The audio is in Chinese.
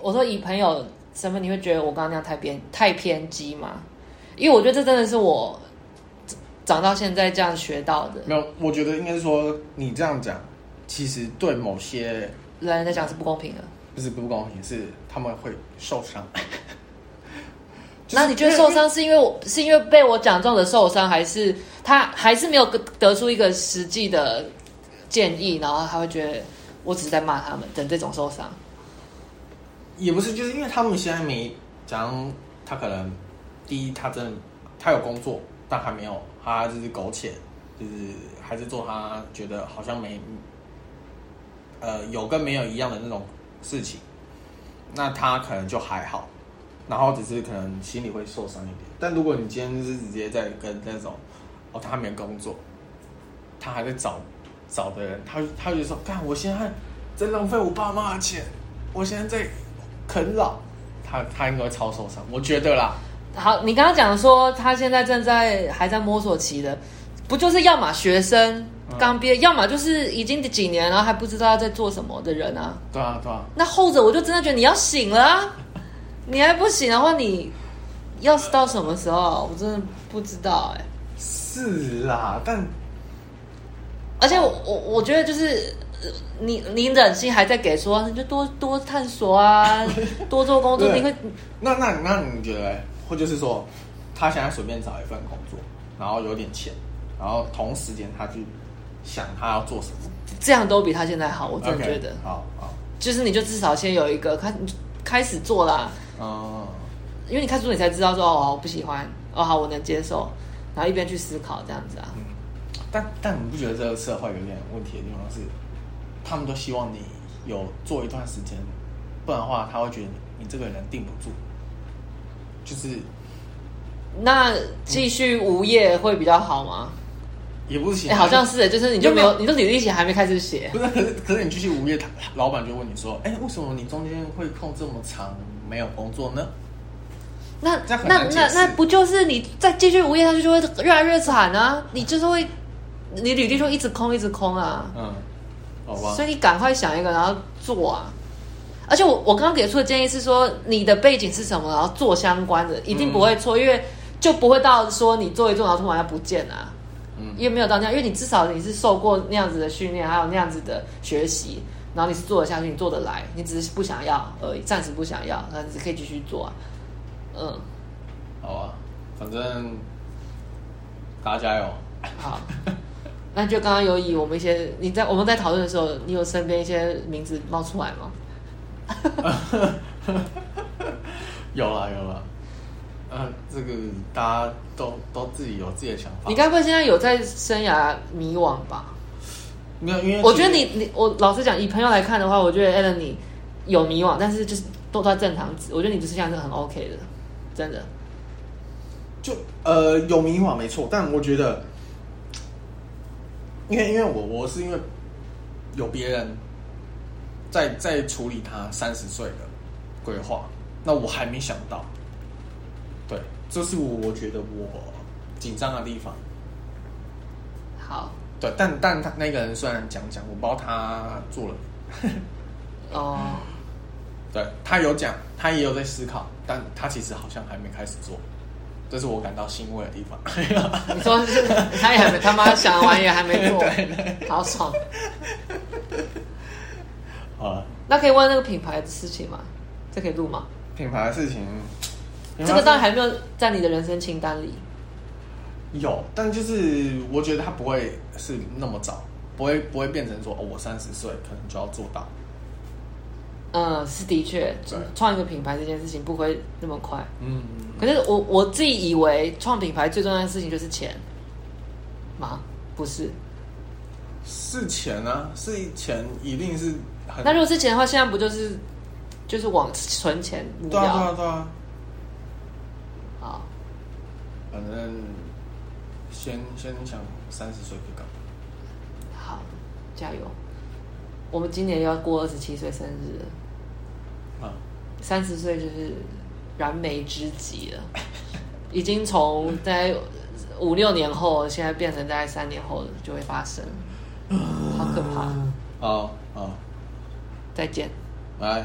我说以朋友身份，你会觉得我刚刚那样太偏太偏激吗？因为我觉得这真的是我长到现在这样学到的。没有，我觉得应该是说你这样讲，其实对某些人来讲是不公平的。不是不公平，是他们会受 伤。就是那你觉得受伤是因为我是因为被我讲中的受伤，还是他还是没有得出一个实际的建议，然后他会觉得我只是在骂他们的这种受伤？也不是，就是因为他们现在没讲，他可能第一，他真的他有工作，但还没有，他就是苟且，就是还是做他觉得好像没，呃，有跟没有一样的那种事情，那他可能就还好，然后只是可能心里会受伤一点。但如果你今天就是直接在跟那种，哦，他还没工作，他还在找找的人，他他就说，干，我现在在浪费我爸妈的钱，我现在在啃老，他他应该会超受伤，我觉得啦。好，你刚刚讲说他现在正在还在摸索期的，不就是要么学生嗯刚毕业，要么就是已经几年然后还不知道在做什么的人啊？对啊，对啊，那后者我就真的觉得你要醒了、啊， 你还不醒的话，你要是到什么时候啊？我真的不知道哎、啊是啦，但而且我我我觉得就是呃你你忍心还在给说，你就多多探索 啊，多做工作，对你会那那那你觉得嘞，或就是说，他现在随便找一份工作，然后有点钱，然后同时间他去想他要做什么，这样都比他现在好，我真的 OK，觉得好好，就是你就至少先有一个开开始做啦，嗯，因为你开始做你才知道说哦我不喜欢，哦好我能接受，然后一边去思考这样子啊，嗯但但你不觉得这个社会有点问题的地方是，他们都希望你有做一段时间，不然的话他会觉得你你这个人定不住，就是那继续无业会比较好吗？也不行，哎、好像是，就是你就没没有，有你的履历写还没开始写，不是，可是可是你继续无业，他老板就问你说，哎、为什么你中间会空这么长没有工作呢？那这样很那难那解释那不就是你再继续无业下去就会越来越惨啊？你就是会，你履历就一直空，一直空啊。嗯，好吧所，以你赶快想一个，然后做啊。而且我我刚刚给出的建议是说，你的背景是什么，然后做相关的，一定不会错，因为就不会到说你做一做，然后突然要不见啊。嗯因为没有到那样，因为你至少你是受过那样子的训练，还有那样子的学习，然后你是做得下去，你做得来，你只是不想要而已，暂时不想要，那你只可以继续做啊。 嗯，好吧，反正大家加油。 好。那就刚刚有以我们一些你在我们在讨论的时候，你有身边一些名字冒出来吗？有啦有啦，嗯、这个大家都都自己有自己的想法你。该不会现在有在生涯迷惘吧？没有，因为我觉得嗯其你实你我老实讲，以朋友来看的话，我觉得 Allen 你有迷惘，但是就是都在正常值。我觉得你就是这样是很 OK 的，真的。就呃有迷惘没错，但我觉得，因为因为我我是因为有别人在在处理他三十岁的规划，那我还没想到，对，这是我我觉得我紧张的地方。好对，但但他那个人虽然讲讲，我不知道他做了，哦，对他有讲，他也有在思考，但他其实好像还没开始做，这是我感到欣慰的地方。 你说是他也还没他妈想完也还没 做，好爽。好了。那可以问那个品牌的事情吗？这可以录吗？品牌的事情，这个当然还没有在你的人生清单里。有，但就是我觉得它不会是那么早，不会不会变成说哦，我三十岁可能就要做到。嗯，是的确对，创一个品牌这件事情不会那么快。嗯，可是我我自己以为创品牌最重要的事情就是钱吗？不是。是钱啊，是钱一定是很那如果是钱的话，现在不就是就是往存钱目对标？啊啊对啊啊对啊，好反正先先想三十岁就搞。好，加油！我们今年要过二十七岁生日了，啊，三十岁就是燃眉之急 了，已经从在五六年后，现在变成大概三年后就会发生，好可怕！好好，再见。来。